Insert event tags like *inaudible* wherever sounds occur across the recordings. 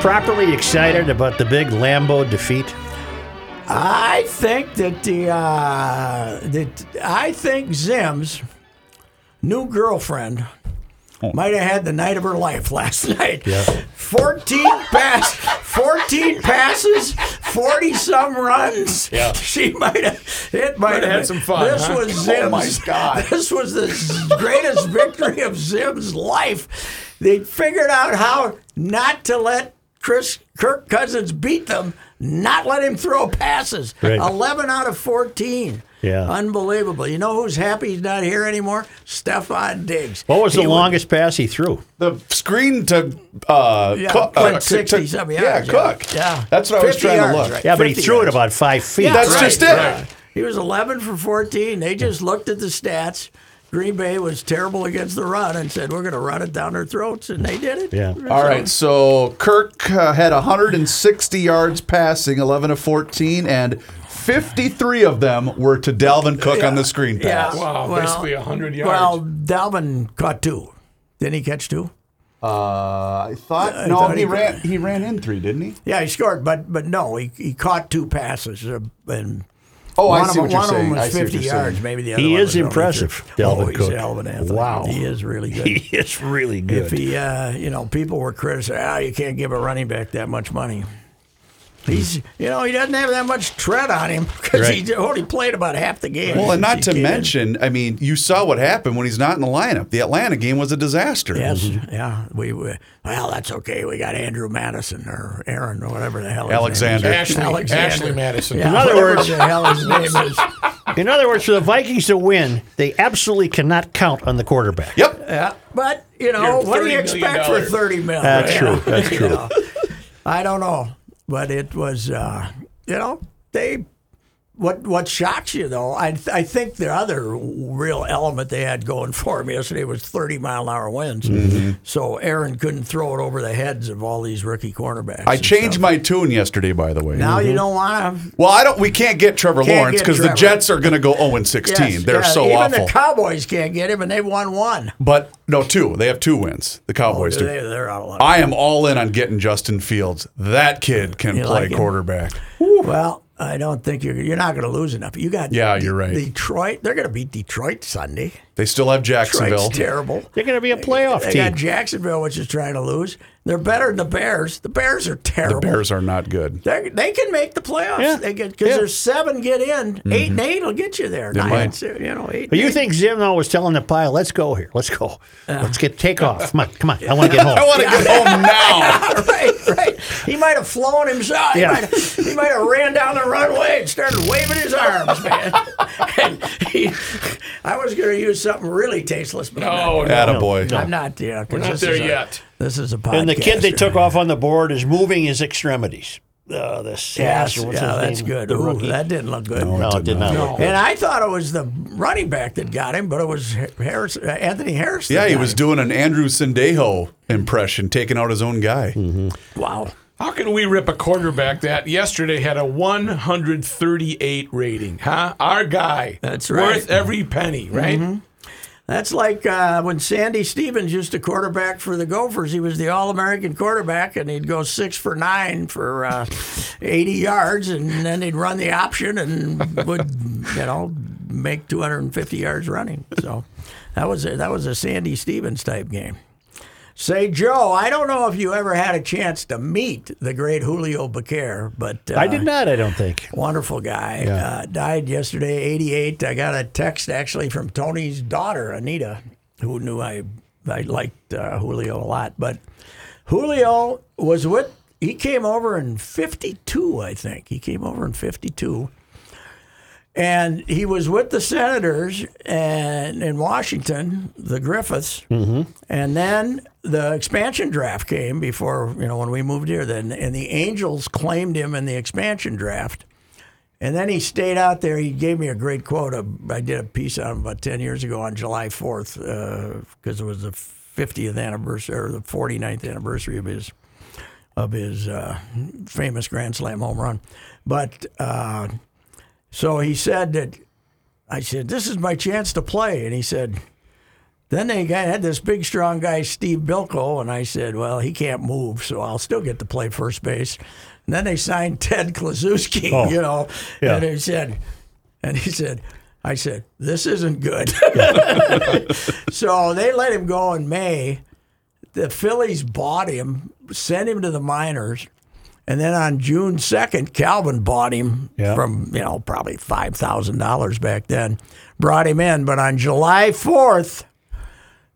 properly excited about the big Lambo defeat? I think that the uh, that I think Zim's new girlfriend Oh. might have had the night of her life *laughs* last night. Yeah. Fourteen pass, fourteen passes, forty some runs. Yeah. she might have. It might, have had been- some fun, This huh? was Zim's. Oh, my God. This was the s- greatest victory of Zim's life. They figured out how not to let Chris Kirk Cousins beat them, not let him throw passes. Right. 11 out of 14. Yeah. Unbelievable. You know who's happy he's not here anymore? Stefan Diggs. What was the He would- longest pass he threw? The screen to uh, Yeah, Cook. went uh, to- 60 some yeah, yards, yeah. Cook. Yeah. That's what I was 50 trying yards, to look. right. Yeah, but he 50 threw it yards. about five feet. That's just it. He was 11 for 14. They just looked at the stats. Green Bay was terrible against the run and said, we're going to run it down their throats, and they did it. Yeah. All right, so Kirk uh, had 160 yards passing, 11 of 14, and 53 of them were to Dalvin Cook on the screen pass. Yeah. Wow, basically 100 yards. Well, Dalvin caught two. Didn't he catch two? Uh, I thought no, thought he, he- ran he ran in three, didn't he? Yeah, he scored, but but no, he, he caught two passes. uh, And Oh, one I see of, them- what you're one of them saying. was I see what 50 you're saying. yards, maybe the other He one is was only impressive, two. Dalvin oh, he's Cook. Dalvin Anthony. Wow. He is *laughs* really good. *laughs* He is really if good. he, uh, you know, people were criticizing, oh, you can't give a running back that much money. He's, you know, he doesn't have that much tread on him *laughs* because Right. he only played about half the game. Well, and since not he to came in. mention, I mean, you saw what happened when he's not in the lineup. The Atlanta game was a disaster. Yes, Mm-hmm. yeah, we, we well, that's okay. We got Andrew Madison or Aaron or whatever the hell. his name is. Alexander. Ashley, Alexander. Ashley Madison. Yeah, In other whatever words- the hell his name *laughs* is. In other words, for the Vikings to win, they absolutely cannot count on the quarterback. Yep. Yeah, but you know You're what do you $30 million expect for thirty million? That's Yeah. true. That's *laughs* You true. know, I don't know, but it was uh, you know they what what shocks you though. I I think the other real element they had going for them yesterday was thirty mile an hour winds, Mm-hmm. so Aaron couldn't throw it over the heads of all these rookie cornerbacks. I and changed stuff. my tune yesterday, by the way. Now you don't want to. Well, I don't. We can't get Trevor Can't Lawrence get because the Trevor. Jets are going to go 0 16. They're so even awful. the Cowboys can't get him, and they've won one. but no, two. They have two wins. The Cowboys Oh, They, do. they're out of luck. I am all in on getting Justin Fields. That kid can You play like him? quarterback. Well, I don't think you're you're not going to lose enough. You got Yeah, you're right. Detroit, they're going to beat Detroit Sunday. They still have Jacksonville. Detroit's terrible. They're going to be a playoff They team. got Jacksonville, which is trying to lose. They're better than the Bears. The Bears are The terrible. Bears are *laughs* not good. They're, they can make the playoffs. Yeah. They get because Yeah. there's seven get in, eight Mm-hmm. and eight will get you there. Nine, might. so, you know, eight. But you and think Zim though was telling the pile, "Let's go here, let's go, Uh. let's get take off. Come on, come on, I want *laughs* to get I home." want to get home now. eight. *laughs* right, right. He might have flown himself. Yeah. He, might have, he might have ran down the runway and started waving his arms, man. and he, I was going to use something really tasteless, but I'm not No, no, Attaboy. I'm not there. We're not there yet. This is a podcast. And the kid they took off on the board is moving his extremities. Uh, the Sass, Yes, or what's yeah, his that's name? good. The Ooh, rookie. that didn't look good. no, it did not. look good. And I thought it was the running back that got him, but it was Harris, uh, Anthony Harris. that Yeah, he got was him. doing an Andrew Sandejo impression, taking out his own guy. Mm-hmm. Wow. How can we rip a quarterback that yesterday had a 138 rating? Huh? Our guy. That's Worth right. Mm-hmm. every penny, right? That's like uh, when Sandy Stevens used to quarterback for the Gophers. He was the All American quarterback, and he'd go six for nine for uh, 80 yards, and then they'd run the option and would, you know, make 250 yards running. So that was a, that was a Sandy Stevens type game. Say, Joe, I don't know if you ever had a chance to meet the great Julio Becer, but uh, I did not. I don't think. wonderful guy. Uh, died yesterday, 88. I got a text actually from Tony's daughter, Anita, who knew I I liked uh, Julio a lot. But Julio was with. He came over in '52, I think. He came over in '52 and he was with the senators and in Washington, the Griffiths, and then the expansion draft came before you know when we moved here. Then and the Angels claimed him in the expansion draft, and then he stayed out there. He gave me a great quote. Uh, I did a piece on him about ten years ago on July fourth because it was the fiftieth anniversary or the 49th anniversary of his of his uh, famous Grand Slam home run, but. Uh, so he said that I said, This is my chance to play. And he said, Then they got, had this big, strong guy, Steve Bilko, and I said, well, he can't move, so I'll still get to play first base. And then they signed *laughs* Ted Klazuski, Oh, you know, yeah. and he said, and he said, I said, this isn't good. *laughs* *laughs* so they let him go in May. The Phillies bought him, sent him to the minors. And then on June 2nd, Calvin bought him Yeah. from, you know, probably $5,000 back then, brought him in. But on July 4th,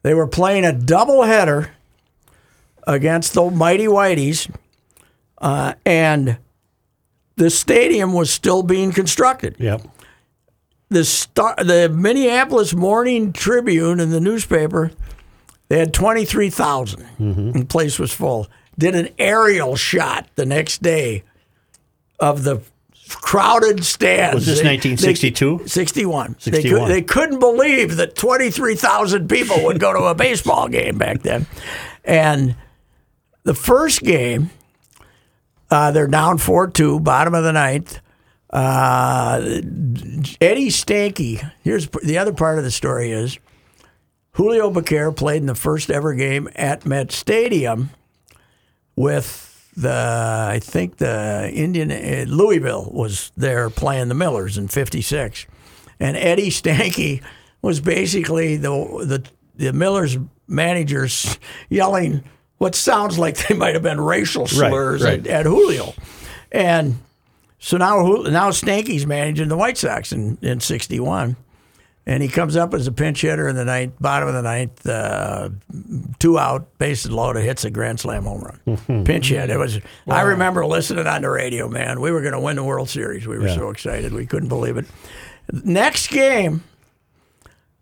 they were playing a doubleheader against the Mighty Whiteys. Uh, and the stadium was still being constructed Yep. the star, the Minneapolis Morning Tribune in the newspaper, they had twenty three Mm-hmm. and the place was full. Did an aerial shot the next day of the crowded stands. Was this They- 1962? they- 61. They, 61. could, they couldn't believe that 23,000 people would go to a baseball game back then. And the first game, uh, they're down 4 2, bottom of the ninth. Uh, Eddie Stanky, here's p- the other part of the story is Julio Becerra played in the first ever game at Met Stadium with the, I think the Indian, eh, Louisville was there playing the Millers in 56. And Eddie Stanky was basically the, the, the Millers managers yelling what sounds like they might have been racial slurs right. At, at Julio. And so now, Ju- now Stanky's managing the White Sox in, in 61. And he comes up as a pinch hitter in the ninth, bottom of the ninth, uh, two out, bases loaded, hits a grand slam home run, pinch hit. It was. I remember listening on the radio, man. We were going to win the World Series. We were so excited, we couldn't believe it. Next game,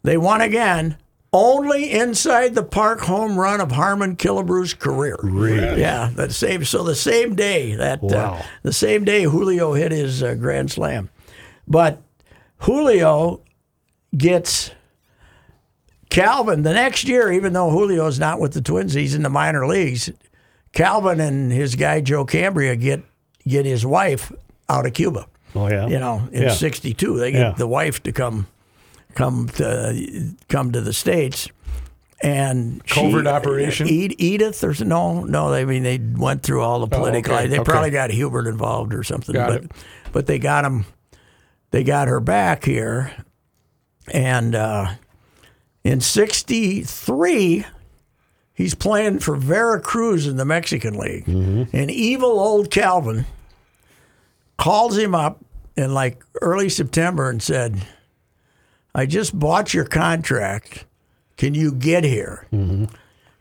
they won again, only inside the park home run of Harmon Killebrew's career. Really? Yeah, that same. So the same day that uh, Wow. the same day Julio hit his uh, grand slam, but Julio gets Calvin the next year, even though Julio's not with the Twins, he's in the minor leagues. Calvin and his guy Joe Cambria get get his wife out of Cuba. Oh yeah. You know, in Yeah. '62, they get Yeah. the wife to come come to come to the states, and she- Covert operation? Ed- Edith or no, no. I mean, they went through all the political. Oh, okay, They okay. probably got Hubert involved or something. Got but it. but they got him. They got her back here, and uh, in '63, he's playing for Veracruz in the Mexican League. Mm-hmm. And evil old Calvin calls him up in like early September and said, I just bought your contract. Can you get here?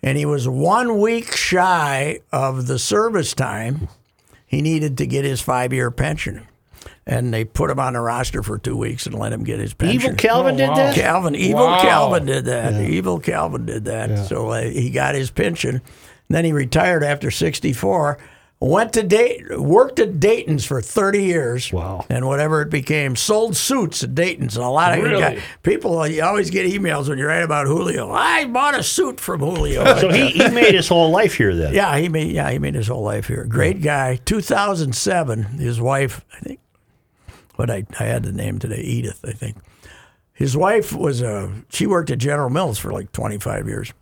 And he was one week shy of the service time he needed to get his five year pension. And they put him on the roster for two weeks and let him get his pension. Evil Calvin Oh, did wow. that. Calvin, evil Wow. Calvin did that. Evil Calvin did that. So uh, he got his pension. Then he retired after 64. Went to Dayton, worked at Dayton's for 30 years. Wow. And whatever it became, sold suits at Dayton's. And a lot of Really? guy- people, uh, you always get emails when you write about Julio. I bought a suit from *laughs* Julio. So he, he made his whole life here then. Yeah, he made yeah he made his whole life here. Great guy. 2007, his wife, I think, what I I had the name today, Edith, I think. His wife was a she worked at General Mills for like 25 years,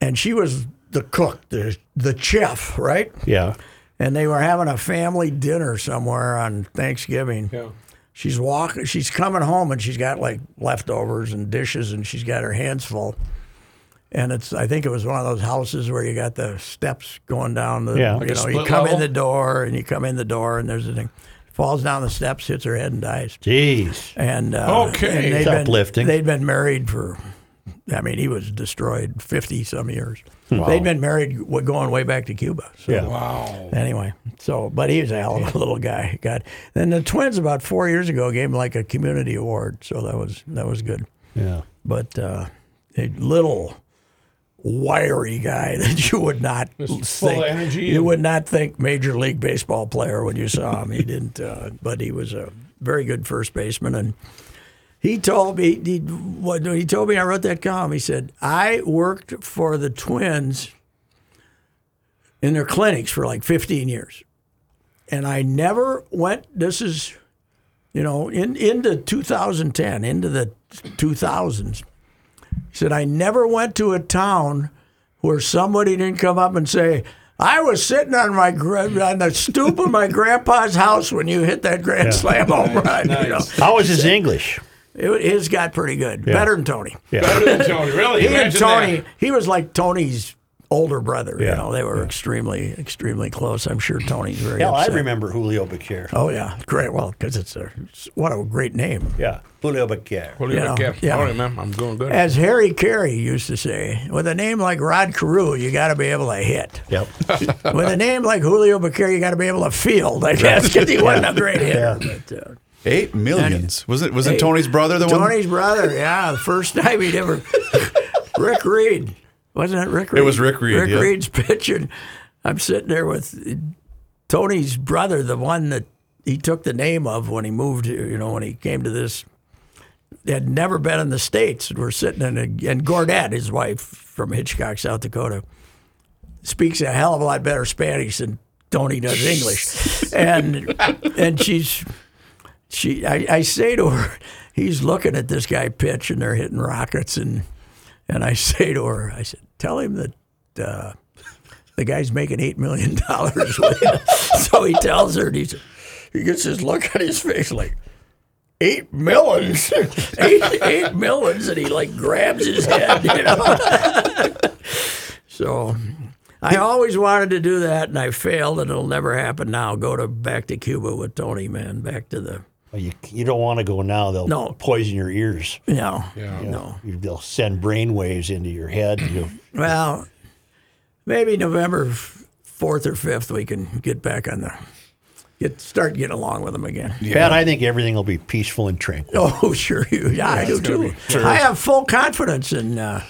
and she was the cook, the the chef, right? Yeah. And they were having a family dinner somewhere on Thanksgiving. Yeah. She's walking. She's coming home, and she's got like leftovers and dishes, and she's got her hands full. And it's I think it was one of those houses where you got the steps going down the. Yeah. You Like a know, you split come in level? the door, and you come in the door, and there's a thing. Falls down the steps, hits her head, and dies. Jeez. And uh, Okay. and they'd It's been, uplifting. They'd been married for, I mean, he was destroyed fifty some years. They'd been married w- going way back to Cuba. So Yeah. Wow. Anyway, so but he was a hell of a little guy. God, then the Twins about four years ago gave him like a community award, so that was that was good. Yeah. But uh, a little wiry guy *laughs* that you would not think, Just full of energy you and- would not think major league baseball player when you saw him. *laughs* He didn't, uh, but he was a very good first baseman and. He told me he, what he told me I wrote that column. He said I worked for the Twins in their clinics for like 15 years, and I never went. This is, you know, in into 2010, into the 2000s. He said, I never went to a town where somebody didn't come up and say, I was sitting on my gra- on the stoop of my grandpa's house when you hit that grand slam home run. You know, How is his English? it, his got pretty good, better than Tony. Better than Tony, really. He and Imagine Tony, that. he was like Tony's older brother. Yeah. You know, they were extremely, extremely close. I'm sure Tony's very. Hell, I upset. remember Julio Becerra. Oh yeah, great. Well, because it's a what a great name. Yeah, Julio Becerra. What do you you know, think, Cap? yeah. All right, man. I'm going good. As Harry Carey used to say, with a name like Rod Carew, you got to be able to hit. Yep. With a name like Julio Becerra, you got to be able to field. I guess because he wasn't a great hitter. But, uh, Eight millions. Was it? Was it Tony's brother? The one. Tony's brother, yeah, the first time he'd ever. Rick Reed. Wasn't it Rick Reed? was Rick Reed, Rick yeah. Reed's pitching. I'm sitting there with Tony's brother, the one that he took the name of when he moved here, you know, when he came to this. Had never been in the States. and We're sitting in a, and Gordette, his wife from Hitchcock, South Dakota, speaks a hell of a lot better Spanish than Tony *laughs* does English. and and she's she I, I say to her, he's looking at this guy pitch and they're hitting rockets and and I *laughs* say to her, I said, tell him that uh, the guy's making eight million *laughs* dollars. *laughs* so he tells her and he's he gets this look on his face like Eight millions, *laughs* eight, eight millions, and he like grabs his head, you know. *laughs* So I always wanted to do that, and I failed, and it'll never happen now. Go to back to Cuba with Tony, man. Back to the Well, *laughs* you, you don't want to go now. They'll No. poison your ears. you know, Yeah. you know. You- They'll send brain waves into your head. You'll- Well, maybe November fourth or fifth, we can get back on the get start getting along with them again. Pat, I think everything will be peaceful and tranquil. *laughs* Oh, sure, you. Yeah, I do it's gonna too. be- Sure. I have full confidence in. Uh,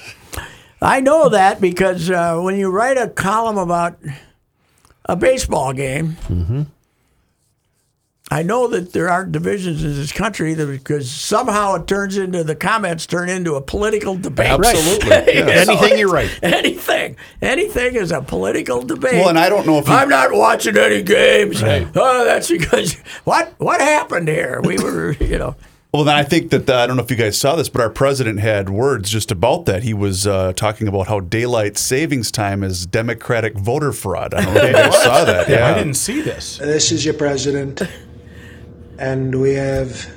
I know that because uh, when you write a column about a baseball game, Mm-hmm. I know that there aren't divisions in this country that, because somehow it turns into the comments turn into a political debate. Absolutely. *laughs* You know, yes. Anything you're right. Anything, anything is a political debate. Well, and I don't know if you- I'm not watching any games. Oh, that's because what what happened here? We were, *laughs* you know. Well, then I think that the, I don't know if you guys saw this, but our president had words just about that. He was uh, talking about how daylight savings time is Democratic voter fraud. I don't know if you *laughs* guys saw that. Yeah. I didn't see this. This is your president, and we have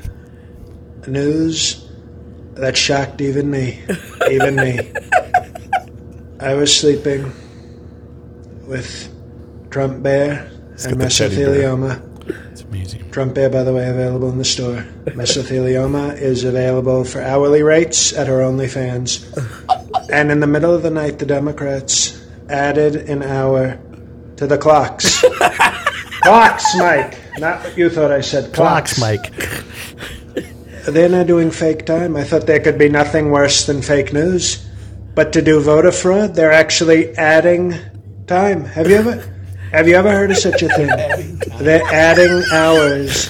news that shocked even me. Even me. I was sleeping with Trump Bear and got the teddy bear. mesothelioma. It's amazing. Trump Bear, by the way, available in the store. *laughs* Mesothelioma is available for hourly rates at her OnlyFans. And in the middle of the night, the Democrats added an hour to the clocks. clocks, Mike. Not what you thought I said. Clocks, Fox, Mike. They're not doing fake time. I thought there could be nothing worse than fake news. But to do voter fraud, they're actually adding time. Have you ever have you ever heard of such a thing? They're adding hours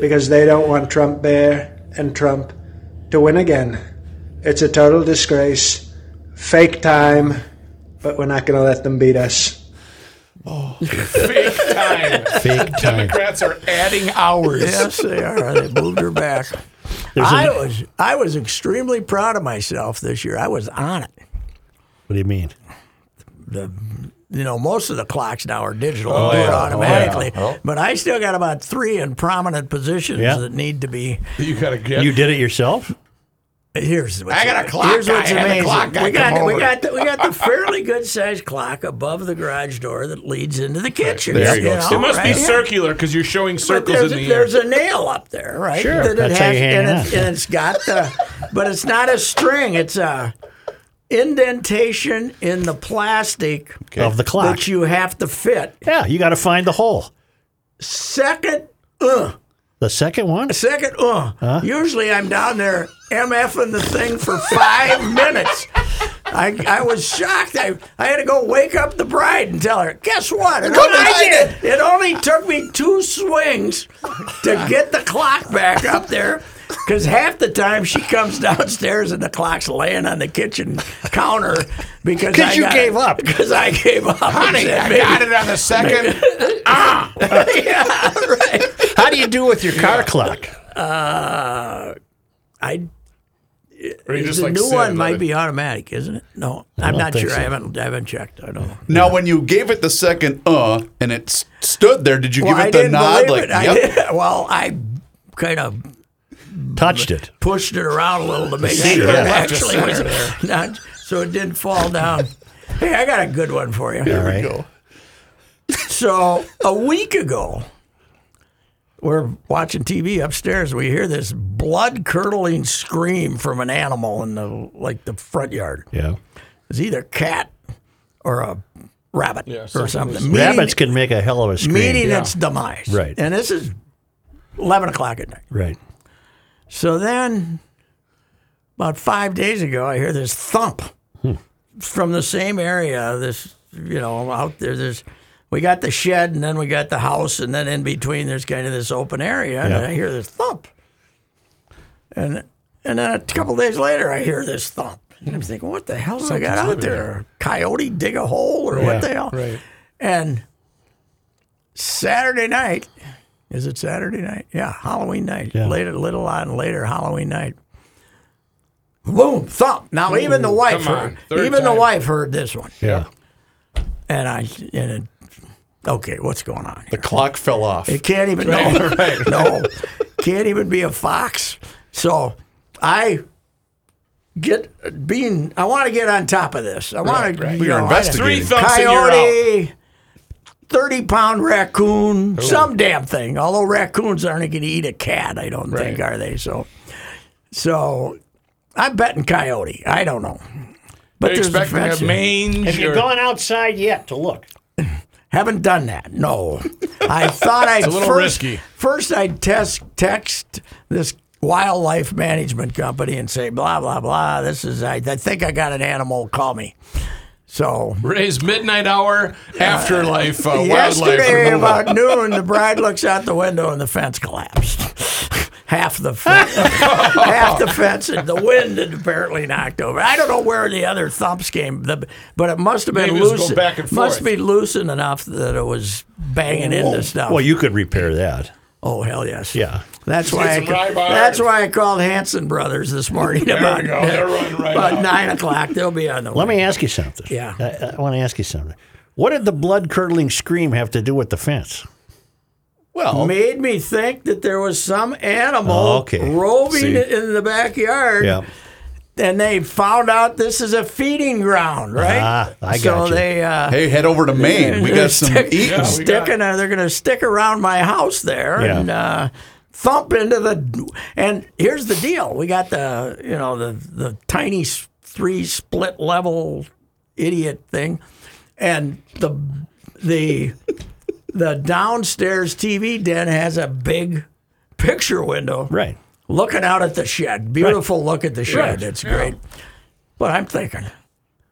because they don't want Trump Bear and Trump to win again. It's a total disgrace. Fake time, but we're not going to let them beat us. Fake time. Fake time. Democrats are adding hours. Yes, they are. They moved her *laughs* back. I was I was extremely proud of myself this year. I was on it. *laughs* What do you mean? You know, most of the clocks now are digital, oh, do it yeah. automatically. But I still got about three in prominent positions Yeah. that need to be. You gotta get. You did it yourself? Here's what's, I got a clock Here's guy. what's I had a amazing. clock guy we got come we over. got the, we got *laughs* the fairly good sized clock above the garage door that leads into the kitchen. There you go. know, it must be right? circular because you're showing But circles there's, in a, the air. there's a nail up there, right? Sure. That it That's how you hang and, it it's, up. and it's got the, but it's not a string. It's a indentation in the plastic Of the clock. that you have to fit. yeah, you got to find the hole. Second, uh, The second one? second, uh. Usually I'm down there mfing the thing for five minutes. I, I was shocked. I, I had to go wake up the bride and tell her, guess what? It only, did it only took me two swings to get the clock back up there. Because half the time she comes *laughs* downstairs and the clock's laying on the kitchen counter because 'Cause I you got- gave up. *laughs* Because I gave up. *laughs* Honey, I got it on the second. yeah, right. How do you do with your car clock? I Or you just, the like, new sit one and let might it- be automatic, isn't it? No, I'm don't not think sure. so. I haven't I haven't checked. I don't know. Now, when you gave it the second uh and it s- stood there, did you Well, give I it the didn't nod? believe Like, it. I yep. did- *laughs* well, I kind of Touched it. pushed it around a little to make sure, Sure. it Yeah. actually was *laughs* not, so it didn't fall down. hey, I got a good one for you. All right. So a week ago, we're watching TV upstairs. We hear this blood curdling scream from an animal in the like the front yard. Yeah. It's either a cat or a rabbit or something something. Rabbits can make a hell of a scream. meeting, meeting its demise. Right. And this is eleven o'clock at night. Right. So then, about five days ago, I hear this thump Hmm. from the same area. This, you know, out there, there's, we got the shed and then we got the house, and then in between, there's kind of this open area, and Yeah. I hear this thump. And, and then a couple days later, I hear this thump. And I'm thinking, what the hell I got out there? Coyote dig a hole or Yeah, what the hell? right. And Saturday night, is it Saturday night? Yeah, Halloween night. Yeah. Later, little on later Halloween night. Boom, thump. Now even the wife come on, heard. third Even the time. wife heard this one. Yeah. And I and it, okay, what's going on? The clock fell off. It can't even no, no, can't even be a fox. So I get being. I want to get on top of this. I want to. You're Three investigating. thumps and you're out. Coyote, 30 pound raccoon, some damn thing. Although raccoons aren't going to eat a cat, I don't think, are they? So, so I'm betting coyote. I don't know. But They're there's a expecting fence. a mange. Have you or- gone outside yet to look? Haven't done that. *laughs* No, I thought I'd a little first, risky. First, I'd test text this wildlife management company and say blah blah blah. This is I, I think I got an animal. Call me. So Ray's midnight hour *laughs* afterlife uh, wildlife Yesterday removal. about noon, the bride looks out the window and the fence collapsed. *laughs* half the *laughs* fence, half the fence, and the wind had apparently knocked over. I don't know where the other thumps came, the, but it must have been Maybe it was loose. going back and Must forth. be loosened enough that it was banging into stuff. Well, you could repair that. oh hell yes, Yeah. That's why I, some rye bars. that's why I called Hanson Brothers this morning There about we go. *laughs* They're running right about out. nine o'clock. They'll be on the Let me ask you something. Yeah. I, I want to ask you something. What did the blood curdling scream have to do with the fence? Well, made me think that there was some animal Oh, okay. roving See. in the backyard, Yeah. and they found out this is a feeding ground, right? Ah, I so got you. they uh, hey, head over to Maine. We they're *laughs* got some stick- eating. Yeah. we got- sticking. uh, they're going to stick around my house there Yeah. and uh, thump into the. And here's the deal: we got the you know the the tiny s- three split level idiot thing, and the the the downstairs TV den has a big picture window Right. looking out at the shed. Beautiful look at the shed. It's great. But I'm thinking,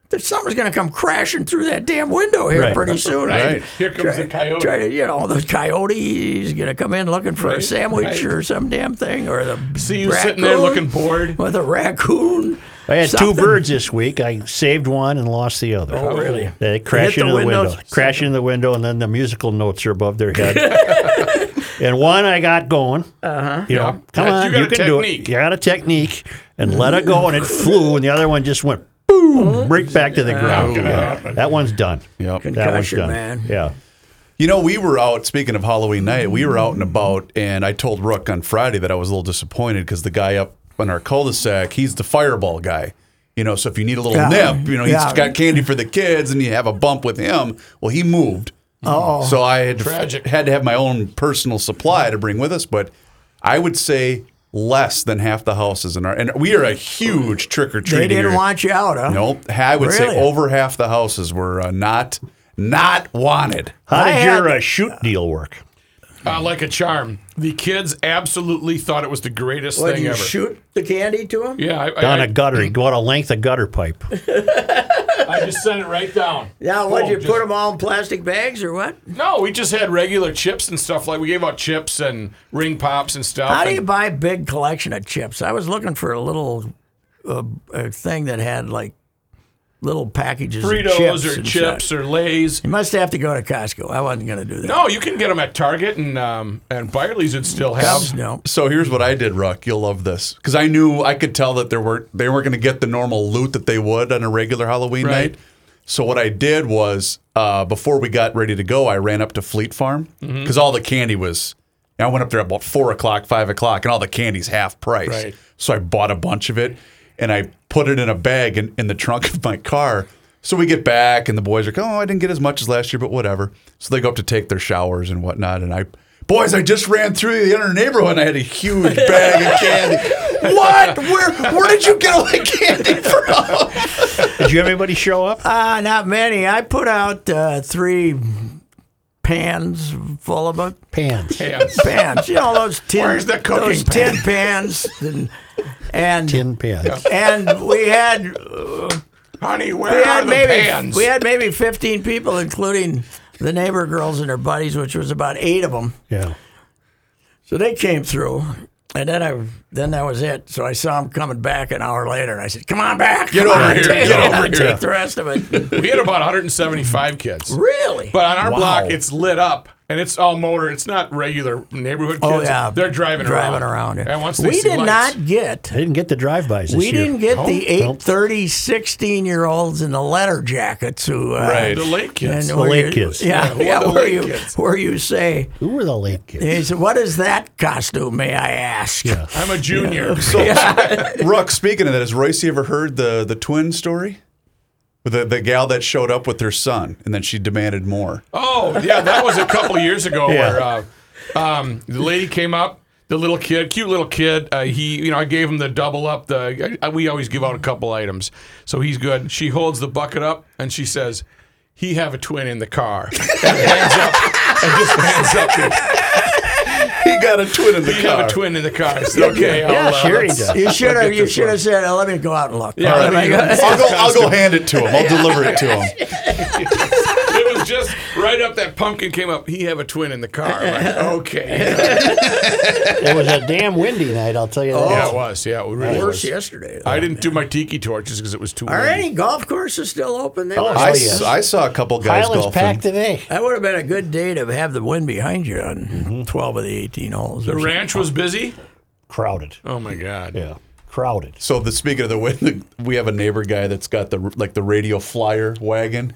there's something's going to come crashing through that damn window here Right. pretty soon. Right. Here comes the I coyote. try to, you know, the coyote's going to come in looking for a sandwich right. or some damn thing, or the See you sitting there looking raccoon bored. with a raccoon. I had Something. two birds this week. I saved one and lost the other. Oh, really? They crash Hit the into the window, windows? crash into the window, and then the musical notes are above their *laughs* head. and one I got going. Uh-huh. You know, come You on, got you a can technique. do it. You got a technique, and let it go, and it flew, and the other one just went Oh. boom, right back to the ground. Yeah. That one's done. Yep. That one's Concussion, done. man. Yeah. You know, we were out, speaking of Halloween night, we were out and about, and I told Rook on Friday that I was a little disappointed because the guy up on our cul de sac, he's the fireball guy. You know, so if you need a little Yeah. nip, you know, he's Yeah. got candy for the kids and you have a bump with him. Well, he moved. Oh. So I had Tragic. to, had to have my own personal supply to bring with us, but I would say less than half the houses in our, and we are a huge trick or treater. They didn't want you out, huh? Nope. I would Really? say over half the houses were uh, not not wanted. How I did your had- uh, shoot deal work? Uh, like a charm. The kids absolutely thought it was the greatest What, thing you ever. shoot the candy to him? Yeah, I, Down I, a *clears throat* gutter. You go out a length of gutter pipe. I, I just sent it right down. Now, what, Boom, you Oh, just- put them all in plastic bags or what? No, we just had regular chips and stuff. Like we gave out chips and ring pops and stuff. How do you and- buy a big collection of chips? I was looking for a little uh, uh thing that had like little packages Fritos of chips or and chips such. or Lay's. You must have to go to Costco. I wasn't going to do that. No, you can get them at Target and um, and Byerly's would still have. no. So here's what I did, Ruck. You'll love this because I knew I could tell that there were they weren't going to get the normal loot that they would on a regular Halloween Right. night. So what I did was uh, before we got ready to go, I ran up to Fleet Farm because all the candy was. I went up there about four o'clock, five o'clock, and all the candy's half price. Right. So I bought a bunch of it and I put it in a bag in, in the trunk *laughs* of my car. So we get back and the boys are like, oh, I didn't get as much as last year, but whatever. So they go up to take their showers and whatnot. And I, boys, I just ran through the inner neighborhood and I had a huge bag of candy. What? Where, where did you get all that candy from? Did you have anybody show up? Uh, not many. I put out uh, three pans full of it. Pans. *laughs* Pans. Pans, you know those tin, Where's the cooking those tin pans, and and, Tin pans. and we had uh, Honey, where we are had the maybe pans? we had maybe fifteen people, including the neighbor girls and their buddies, which was about eight of them. Yeah. So they came through, and then I then that was it. So I saw them coming back an hour later, and I said, "Come on back, Get come over on, here, take, get over take here." the rest of it." We had about 175 kids. really? But on our Wow. block, it's lit up and it's all motor. It's not regular neighborhood kids. oh yeah, They're driving, driving around. around. And once they we see did lights- not get They didn't get the drive-bys this We year. didn't get the Nope. 830 16 year olds in the leather jackets who. Uh, Right. The late kids. the where late you- kids. Yeah, Yeah, yeah, the where, late you, kids. where you say, Who were the late kids? he said, What is that costume, may I ask? Yeah. I'm *laughs* a junior. Ruck, speaking of that, has Royce ever heard the, the twin story? With The, the gal that showed up with her son and then she demanded more. Oh, yeah, that was a couple years ago Yeah. where uh, um, the lady came up, the little kid, cute little kid. Uh, he, you know, I gave him the double up. The I, we always give out a couple items, so he's good. She holds the bucket up and she says, "He have a twin in the car." *laughs* And hands up and just hands up. the- He got a twin in the He car. have a twin in the car. I said, okay, yeah, I'll, uh, sure he let's- does. You should have. You this should one. have said, oh, "Let me go out and look." Yeah, Oh, let my me God. go. I'll go. I'll go hand it to him. *laughs* I'll deliver it to him. It was just right up that pumpkin came up. He have a twin in the car. I'm like, okay, It was a damn windy night, I'll tell you that. yeah, it was. Yeah, it really Worse was. yesterday. I didn't do my tiki torches because it was too. Are windy. any golf courses still open? They must- I, Oh, yes. I saw a couple guys Highlands golfing. packed today. that would have been a good day to have the wind behind you on Mm-hmm. 12 of the 18 holes. The ranch was busy. Crowded. Oh my god. Yeah. Crowded. So the speaking of the *laughs* wind, we have a neighbor guy that's got the like the radio flyer wagon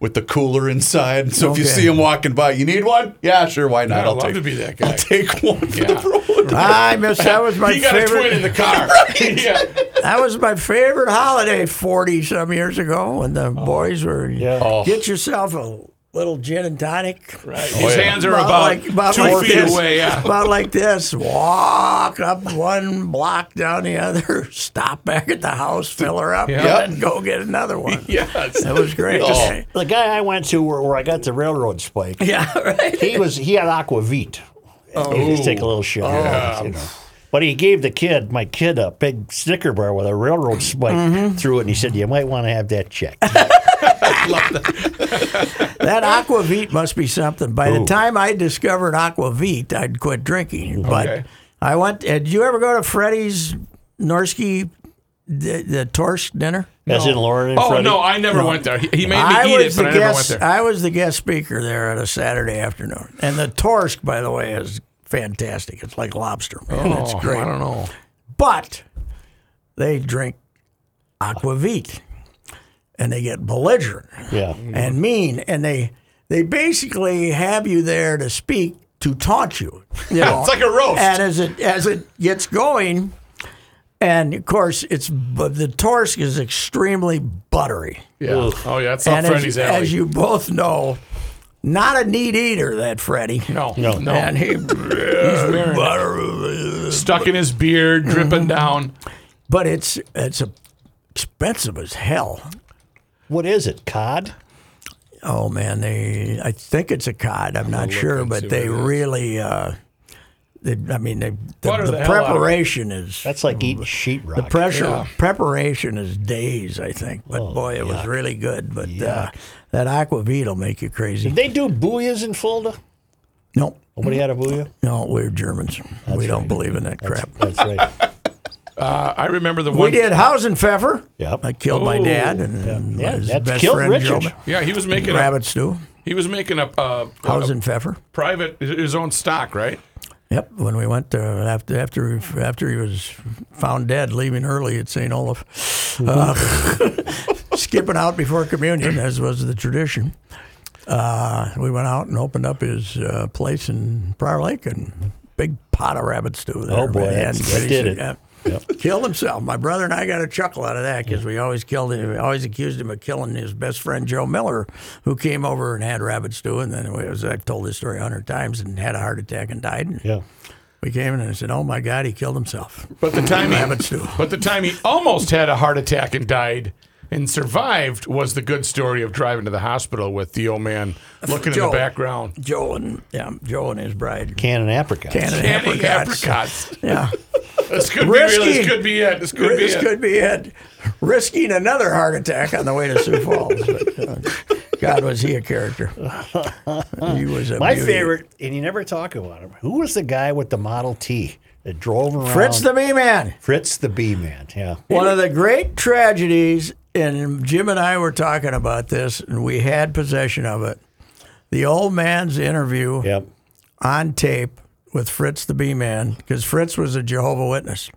with the cooler inside. So if you Okay. see him walking by, you need one? Yeah, sure. Why not? I'd I'll love take. to be that guy. I'll *laughs* take one for Yeah. the road. I miss that was my he got favorite. a twin in *laughs* the car. yeah. That was my favorite holiday 40 some years ago when the boys were Oh. get yourself a little gin and tonic. Right. His yeah. hands are about, two feet away. *laughs* Yeah. About like this. Walk up one block down the other, *laughs* stop back at the house, fill her up, Yeah. and then go get another one. Yes. That was great. Oh. The guy I went to where, where I got the railroad spike, *laughs* Yeah, right. he was he had aquavit. Oh. He just take a little shit. you know. But he gave the kid, my kid, a big Snicker bar with a railroad spike through it, and he said, "You might want to have that checked." That aquavit must be something. By the time I discovered aquavit, I'd quit drinking. But Okay. I went. Uh, did you ever go to Freddy's Norsky, the, the Torsk dinner? As in Lauren and Oh Freddie. no, I never went there. He, he made me I eat it, was but the I never went guest. there. I was the guest speaker there on a Saturday afternoon. And the Torsk, by the way, is fantastic. It's like lobster. Man. it's Oh, great. I don't know. But they drink aquavit, and they get belligerent. Yeah. Mm. and mean, and they they basically have you there to speak to taunt *laughs* you. you know. It's like a roast. And as it as it gets going, and of course it's but the torsk is extremely buttery. Yeah. Oh yeah, it's not and Freddy's as, alley. as you both know, not a neat eater that Freddie. no, no, no. And he butter, Stuck in his beard, dripping down. but it's it's a, expensive as hell. What is it? Cod? Oh man, they. I think it's a cod. I'm not sure, see but what they it is. really. Uh, they, I mean, they, the, Butter the, the hell out of it. preparation is That's like eating sheetrock. the pressure. Preparation is days, I think. But Oh, boy, it was really good. But uh, that aquavit will make you crazy. Did they do booyahs in Fulda? No, Nobody had a booyah? no, we're Germans. we don't believe in that crap. That's right. Uh, I remember the We one. did Hausenpfeffer. Yep. I killed my Oh. dad and Yeah, his that best killed friend Richard. Joe. Yeah, he was making a, Rabbit stew. he was making a, uh, a Hausenpfeffer. private his own stock, right? Yep. When we went to, after after he- after he was found dead, leaving early at St. Olaf, uh, Mm-hmm. *laughs* skipping out before communion, as was the tradition. Uh, we went out and opened up his uh, place in Prior Lake and big pot of rabbit stew. There, Oh, boy, man. that's- that did it. Yeah. Killed himself. My brother and I got a chuckle out of that because we always killed him. We always accused him of killing his best friend Joe Miller, who came over and had rabbit stew, and then it was, I've told this story a hundred times, and had a heart attack and died. And Yeah. we came in and said, "Oh my God, he killed himself." But *laughs* the time Rabbit he, stew. but the time he almost had a heart attack and died and survived was the good story of driving to the hospital with the old man looking in Joe. the background. Joe and yeah, Joe and his bride. Can and apricot. Can and Canning apricots. apricots. Yeah, This could be Risky. real. This could be it. This could this be it. could be it. Risking another heart attack on the way to Sioux Falls. But, uh, God, was he a character? He was a My beauty. favorite, and you never talk about him. Who was the guy with the Model T that drove around? Fritz the Bee Man. Fritz the Bee Man. Yeah. One of the great tragedies, and Jim and I were talking about this, and we had possession of it. The old man's interview Yep. on tape with Fritz the Bee Man, because Fritz was a Jehovah Witness,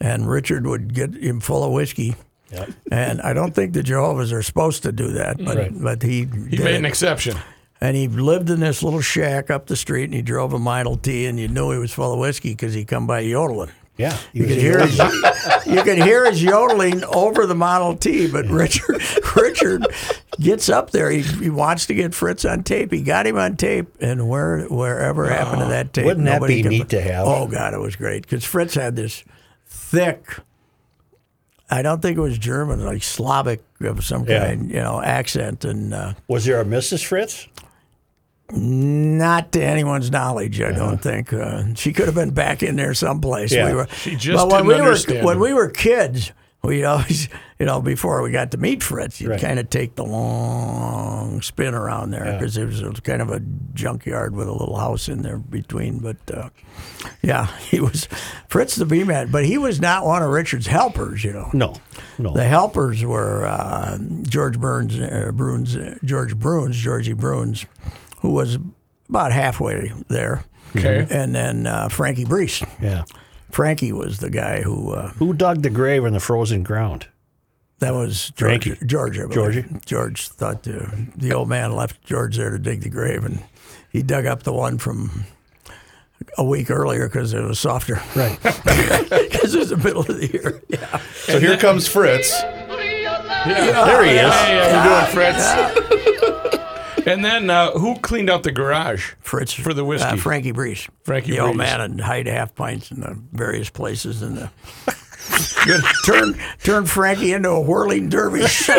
and Richard would get him full of whiskey. Mm-hmm. Yep. And I don't think the Jehovah's are supposed to do that, but Right. but he He did made it. an exception. And he lived in this little shack up the street, and he drove a Model T, and you knew he was full of whiskey because he come by yodeling. Yeah. He You was could hear his, you could hear his yodeling over the Model T, but Richard *laughs* Richard gets up there. He, he wants to get Fritz on tape. He got him on tape, and where wherever happened to that tape? Ah, wouldn't that nobody be can- neat to have? Oh God, it was great because Fritz had this thick. I don't think it was German, like Slavic of some Yeah. kind, you know, accent, and uh, Was there a Mrs. Fritz? not to anyone's knowledge, I Uh-huh. don't think. Uh, she could have been back in there someplace. Yeah. We were, She just didn't we understand were when it. we were kids, we always, you know, before we got to meet Fritz, you'd Right. kind of take the long spin around there because it was a- kind of a junkyard with a little house in there between. But uh, yeah, *laughs* he was Fritz the B man, but he was not one of Richard's helpers, you know. No. No. The helpers were uh, George Burns, uh, Bruins, uh, George Bruins, Georgie Bruins, who was about halfway there, Okay. and then uh, Frankie Brees. yeah. Frankie was the guy who uh, Who dug the grave in the frozen ground? that was George. Frankie. George, I believe. Georgie. George thought the, the old man left George there to dig the grave, and he dug up the one from a week earlier because it was softer. *laughs* Right. Because it was the middle of the year. Yeah. So here comes Fritz. There he is. Hey, how you doing, Fritz? Ah, *laughs* and then uh, who cleaned out the garage? Fritz For the whiskey. Uh, Frankie Brees. Frankie the old Brees. man and hide half pints in the various places in the. *laughs* turn turn Frankie into a whirling *laughs* dervish. There's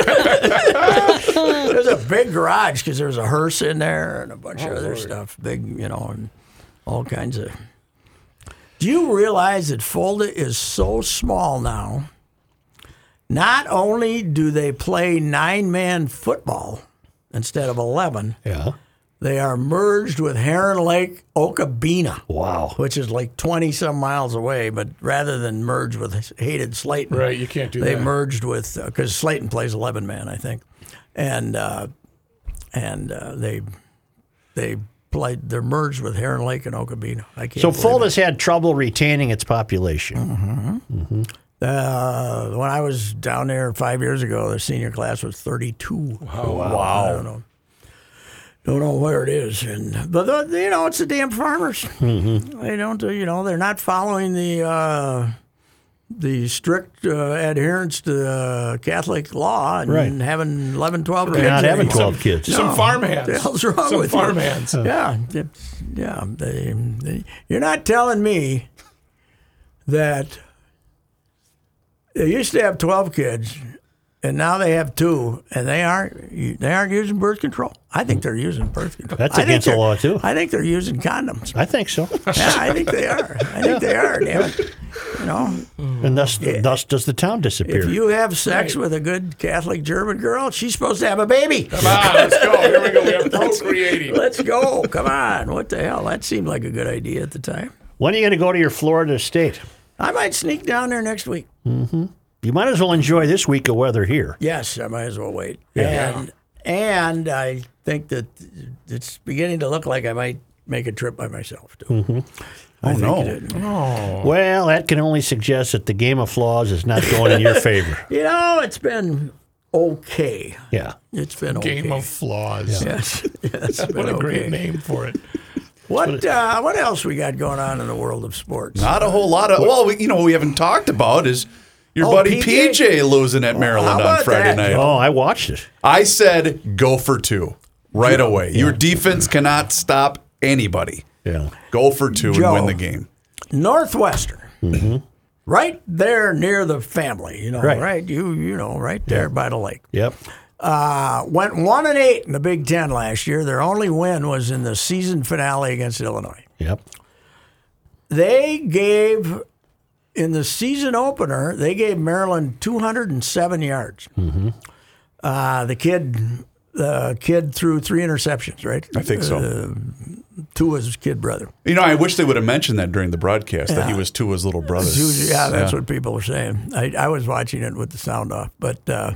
a big garage because there's a hearse in there and a bunch Oh, of other stuff. Big, you know, and all kinds of. Do you realize that Fulda is so small now? Not only do they play nine man football instead of 11, Yeah. they are merged with Heron Lake Okabena, Wow. which is like 20 some miles away. But rather than merge with hated Slayton, Right, you can't do they that. merged with because Slayton plays 11 man, I think, and uh, and uh, they they played. They're merged with Heron Lake and Okabena. I can't. So believe it. Fulda's had trouble retaining its population. Uh, when I was down there five years ago, the senior class was 32. Oh, Wow. I don't know. Don't know where it is, and but the, you know it's the damn farmers. Mm-hmm. They don't, uh, you know, they're not following the uh, the strict uh, adherence to uh, Catholic law and Right. having 11, 12 They're not kids having anymore. 12 kids. Some No. farmhands. What the hell's wrong Some with you? farmhands. Yeah, it's- yeah. They, they, you're not telling me that they used to have 12 kids, and now they have two, and they aren't they aren't using birth control. I think they're using birth control. That's I think against the they're- law, too. I think they're using condoms. *laughs* I think *laughs* so. Yeah, I think they are. I think they are. Damn it. You know, and thus, thus does the town disappear. if you have sex with a good Catholic German girl, she's supposed to have a baby. Come on, Ah, let's go. Here we go. *laughs* We have procreating. Let's go. Come on. What the hell? That seemed like a good idea at the time. when are you going to go to your Florida state? I might sneak down there next week. You might as well enjoy this week of weather here. Yes, I might as well wait. And and I think that it's beginning to look like I might make a trip by myself too. Oh, no. Well, that can only suggest that the game of flaws is not going in *laughs* your favor. You know, it's been okay. Yeah. It's been okay. Game of Flaws. *laughs* yes, yes, *laughs* What a great name. name for it. What uh, what else we got going on in the world of sports? Not a whole lot of. Well, we, you know, what we haven't talked about is your Oh, buddy PJ? PJ, losing at Maryland on about Friday that? night. Oh, I watched it. I said go for two right away. Your defense cannot stop anybody. Yeah. Go for two Joe. and win the game. Northwestern. Mm-hmm. Right there near the family, you know, Right. right, you you know, right there by the lake. Yep. Uh, went one and eight in the Big Ten last year. Their only win was in the season finale against Illinois. Yep. They gave in the season opener. They gave Maryland 207 yards. Mm-hmm. Uh, the kid, the kid threw three interceptions. Right, I think so. two was his kid brother. you know, I wish they would have mentioned that during the broadcast that he was Tua's little brother. She was- yeah, that's what people were saying. I, I was watching it with the sound off, but uh,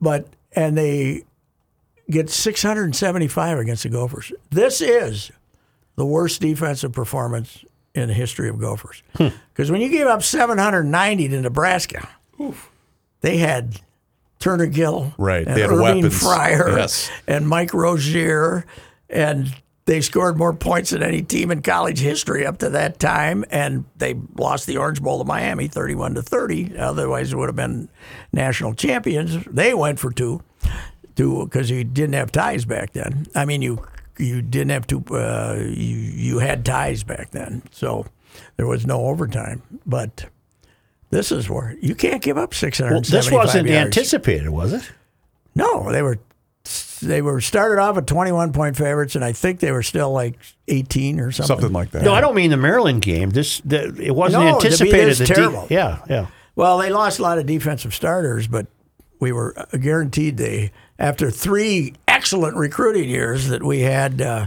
but and they get 675 against the Gophers. This is the worst defensive performance in the history of Gophers Hmm. because when you gave up 790 to Nebraska, they had. Turner Gill, Right, And they had Irving weapons. Fryer, Yes. and Mike Rozier, and they scored more points than any team in college history up to that time, and they lost the Orange Bowl to Miami, thirty-one to thirty. Otherwise, it would have been national champions. They went for two, two because you didn't have ties back then. I mean, you you didn't have two. Uh, you you had ties back then, so there was no overtime, but. This is where you can't give up six hundred. Well, this wasn't anticipated, was it? No, they were they were started off at 21 point favorites, and I think they were still like 18 or something. Something like that. No, I don't mean the Maryland game. This the, it wasn't No, to be anticipated. this that de- terrible. yeah, yeah. Well, they lost a lot of defensive starters, but we were guaranteed they after three excellent recruiting years that we had. Uh,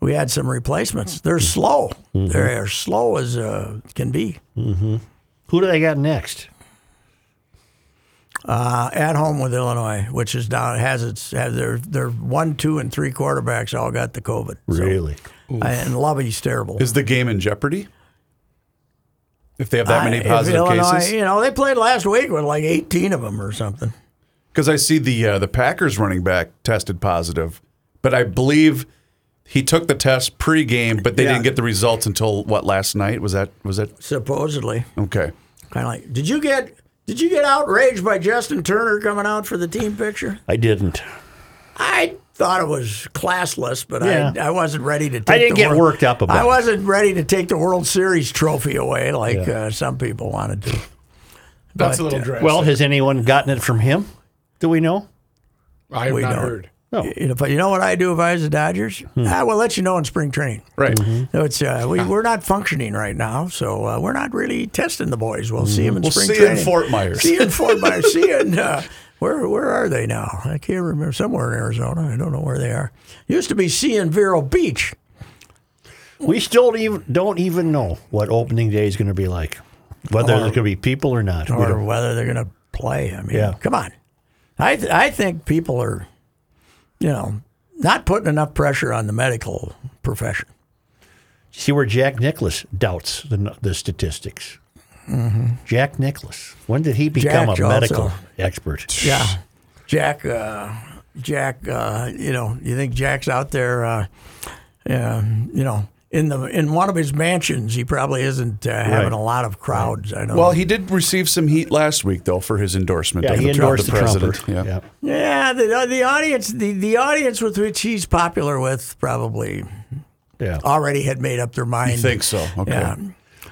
we had some replacements. They're slow. Mm-hmm. They're as slow as uh, can be. Who do they got next? Uh, at home with Illinois, which is down has its have their their one, two, and three quarterbacks all got the COVID. So- Really? and Lovey's terrible. Is the game in jeopardy? If they have that many I- if positive Illinois, cases? You know, they played last week with like 18 of them or something. Because I see the uh, the Packers running back tested positive, but I believe he took the test pregame, but they Yeah. didn't get the results until what last night was that? Was that Supposedly, okay? kind of like. Did you get? Did you get outraged by Justin Turner coming out for the team picture? I didn't. I thought it was classless, but Yeah. I, I wasn't ready to. Take I didn't the get World- worked up about I it. wasn't ready to take the World Series trophy away like uh, some people wanted to. But, That's a little uh, dress. Well, has anyone gotten it from him? Do we know? I have we not don't. heard. No. You know, but you know what I do if I was the Dodgers? Hmm. I will let you know in spring training. Right. Mm-hmm. No, it's uh, we, we're not functioning right now, so uh, we're not really testing the boys. We'll see them in We'll spring see you training. in Fort Myers. See you in *laughs* Fort Myers. see you in uh, where where are they now? I can't remember. Somewhere in Arizona. I don't know where they are. Used to be see in Vero Beach. We still don't even, don't even know what opening day is going to be like, whether there's going to be people or not. We or don't- whether they're going to play. I mean, Yeah. come on. I th- I think people are, you know, not putting enough pressure on the medical profession. See where Jack Nicholas doubts the, the statistics. Jack Nicholas. When did he become Jack a medical also. expert? Yeah, Jack. Uh, Jack. Uh, you know, you think Jack's out there? Uh, uh, you know, in the in one of his mansions, he probably isn't uh, having a lot of crowds. I know. Well, he did receive some heat last week though for his endorsement. Yeah, of he the, Trump- endorsed the, president. Trumper. yeah, Yeah. the the audience the, the audience with which he's popular with probably yeah. already had made up their mind. I think so. Okay. Yeah.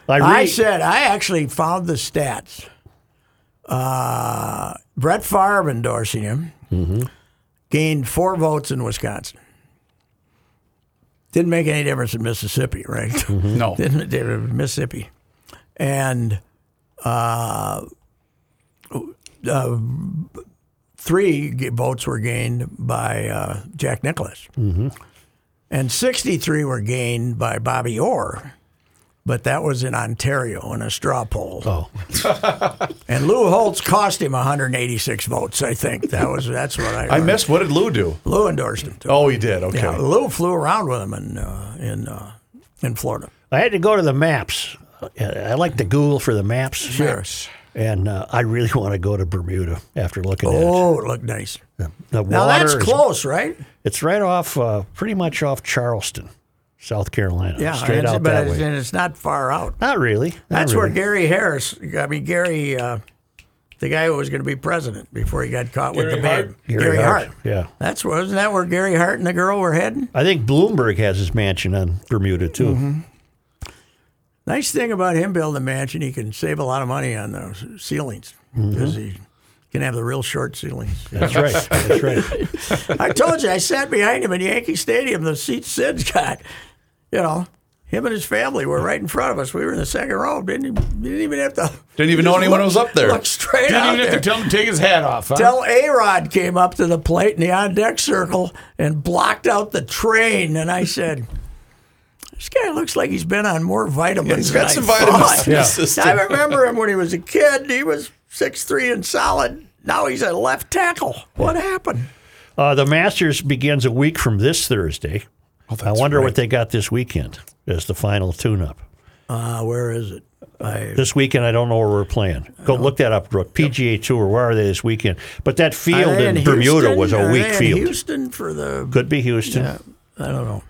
I, I read- said I actually found the stats. Uh, Brett Favre endorsing him gained four votes in Wisconsin. Didn't make any difference in Mississippi, right? No. Didn't they were Mississippi, and uh, uh, three g- votes were gained by uh, Jack Mm-hmm. Nicholas, and sixty-three were gained by Bobby Orr, but that was in Ontario in a straw poll. Oh. *laughs* and Lou Holtz cost him 186 votes, I think. That was that's what I. I heard. missed. What did Lou do? Lou endorsed him too. Oh, he did. Okay. Yeah, Lou flew around with him in uh, in uh, in Florida. I had to go to the maps. I I like to Google for the maps. Sure. And uh, I really *laughs* want to go to Bermuda after looking at it. Oh, it looked nice. The Now water that's is- close, right? It's right off, uh, pretty much off Charleston, South Carolina. Yeah, straight it's- out but that it's, way. and it's not far out. Not really. not That's really. where Gary Harris. I mean Gary, uh, the guy who was going to be president before he got caught with Gary the babe, Hart? Gary, Hart. Yeah. That's where isn't that where Gary Hart and the girl were heading? I think Bloomberg has his mansion on Bermuda too. Mm-hmm. Nice thing about him building a mansion, he can save a lot of money on those ceilings Mm-hmm. because he can have the real short ceilings. That's right. That's *laughs* right. I told you, I sat behind him in Yankee Stadium, the seat Sid's got. You know, him and his family were right in front of us. We were in the second row. Didn't didn't even have to. Didn't even know just anyone look- was up there. Look straight Didn't out even have there. to tell him to take his hat off. Huh? Del Arod came up to the plate in the on deck circle and blocked out the train. And I said, This guy looks like he's been on more vitamins. he's got than I some vitamins thought." in his system. I remember him when he was a kid. He was 6'3 and solid. Now he's a left tackle. What happened? Uh, the Masters begins a week from this Thursday. Oh, I wonder what they got this weekend as the final tune-up. Uh, where is it? I, This weekend, I don't know where we're playing. Go look that up, Brooke. PGA Tour. Where are they this weekend? But that Are field they in, Bermuda Houston? was Are a they weak in field. Houston for the Could be Houston. I don't know.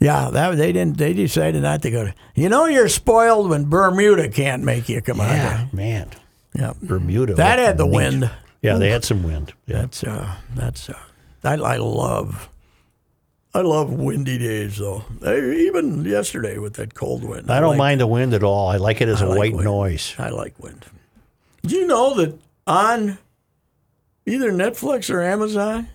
Yeah, that they didn't. They decided not to go to. You know, you're spoiled when Bermuda can't make you come Yeah, man. out. There. Yeah, Bermuda. that looked had the neat. wind. Yeah, they had some wind. Yeah. That's uh, that's uh, I, I love, I love windy days though. I, even yesterday with that cold wind, I don't like, mind the wind at all. I like it as a like white wind. noise. I like wind. Do you know that on either Netflix or Amazon,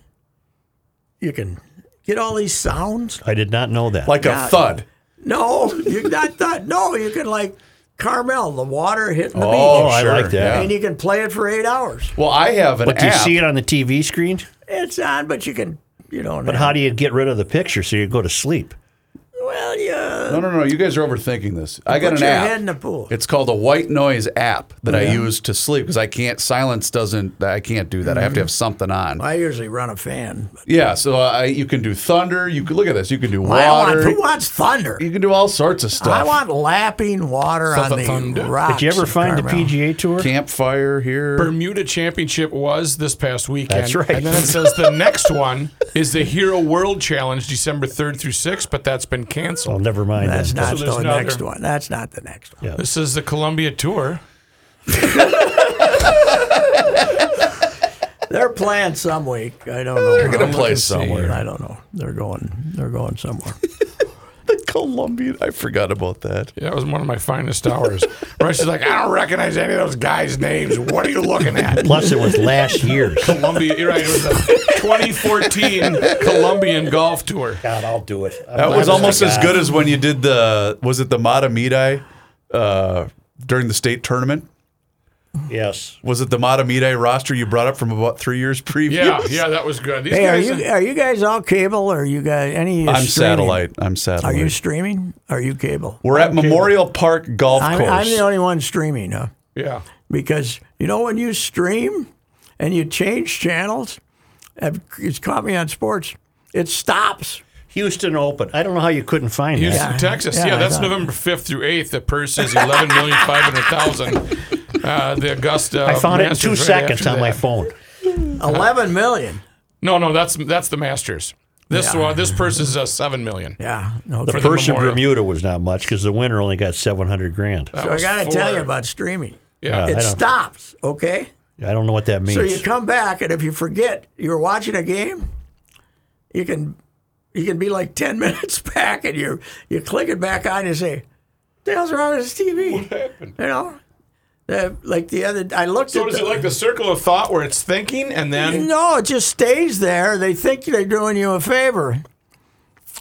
you can get all these sounds? I did not know that. Like a thud. No, you not that. No, you can like Carmel, the water hitting the Oh, beach, I sure, like that. and you can play it for eight hours. Well, I have an but do you app. see it on the TV screen? It's on, but you can. You don't. But how do you get rid of the picture so you go to sleep? Well, yeah. No, no, no. You guys are overthinking this. I got Put an your app. head in the pool. It's called a white noise app that I use to sleep because I can't. Silence doesn't. I can't do that. I have to have something on. I usually run a fan. But yeah. So I, you can do thunder. You can look at this. You can do I don't water. want, who wants thunder? you can do all sorts of stuff. I want lapping water Stuff on that the thunder. rocks. Did you ever in find the Carmel. PGA Tour? campfire here. Bermuda Championship was this past weekend. That's right. And then it says the next one is the Hero World Challenge, December 3rd through 6th, but that's been Oh, canceled. never mind. That's then. not there's the another. next one. That's not the next one. This is the Columbia Tour. They're playing some week. I don't know. They're gonna play somewhere. I don't know. They're going. They're going somewhere. the Colombian. I forgot about that. That was one of my finest hours. Rush is like, I don't recognize any of those guys' names. What are you looking at? Plus, it was *laughs* last year's. Columbia, you're right. It was the 2014 Colombian Golf Tour. God, I'll do it. I'm That not was a almost as guy. good as when you did the was it the Mata Midai uh, during the state tournament? Yes. Was it the Mata Midai roster you brought up from about three years previous? Yeah, yeah, that was good. These Hey, are guys, you are you guys all cable? Or are you guys any? I'm streaming? satellite. I'm Are satellite. you streaming? Are you cable? We're at Memorial Park Golf I'm, Course. I'm the only one streaming, huh? Yeah. Because you know when you stream and you change channels, I've- it's caught me on sports. It stops. Houston Open. I don't know how you couldn't find that. Houston, Texas. Yeah, Yeah, I that's thought- November 5th through 8th. The purse is 11,500,000. Uh, the Augusta. I found it in two Masters right seconds after on my that. phone. Eleven million. No, no, that's that's the Masters. This Yeah. one, this purse is uh, seven million. Yeah. The Okay. the purse in memorial. Bermuda was not much because the winner only got 700 grand. That So I was got to four. tell you about streaming. Yeah. I It don't- stops. Okay. I don't know what that means. So you come back, and if you forget you're watching a game, you can you can be like ten *laughs* minutes back, and you you click it back on, and you say, "The hell's wrong with this TV?" What happened? You know, Uh, like the other, I looked So at. is the- it like the circle of thought where it's thinking and then no, it just stays there. They think they're doing you a favor,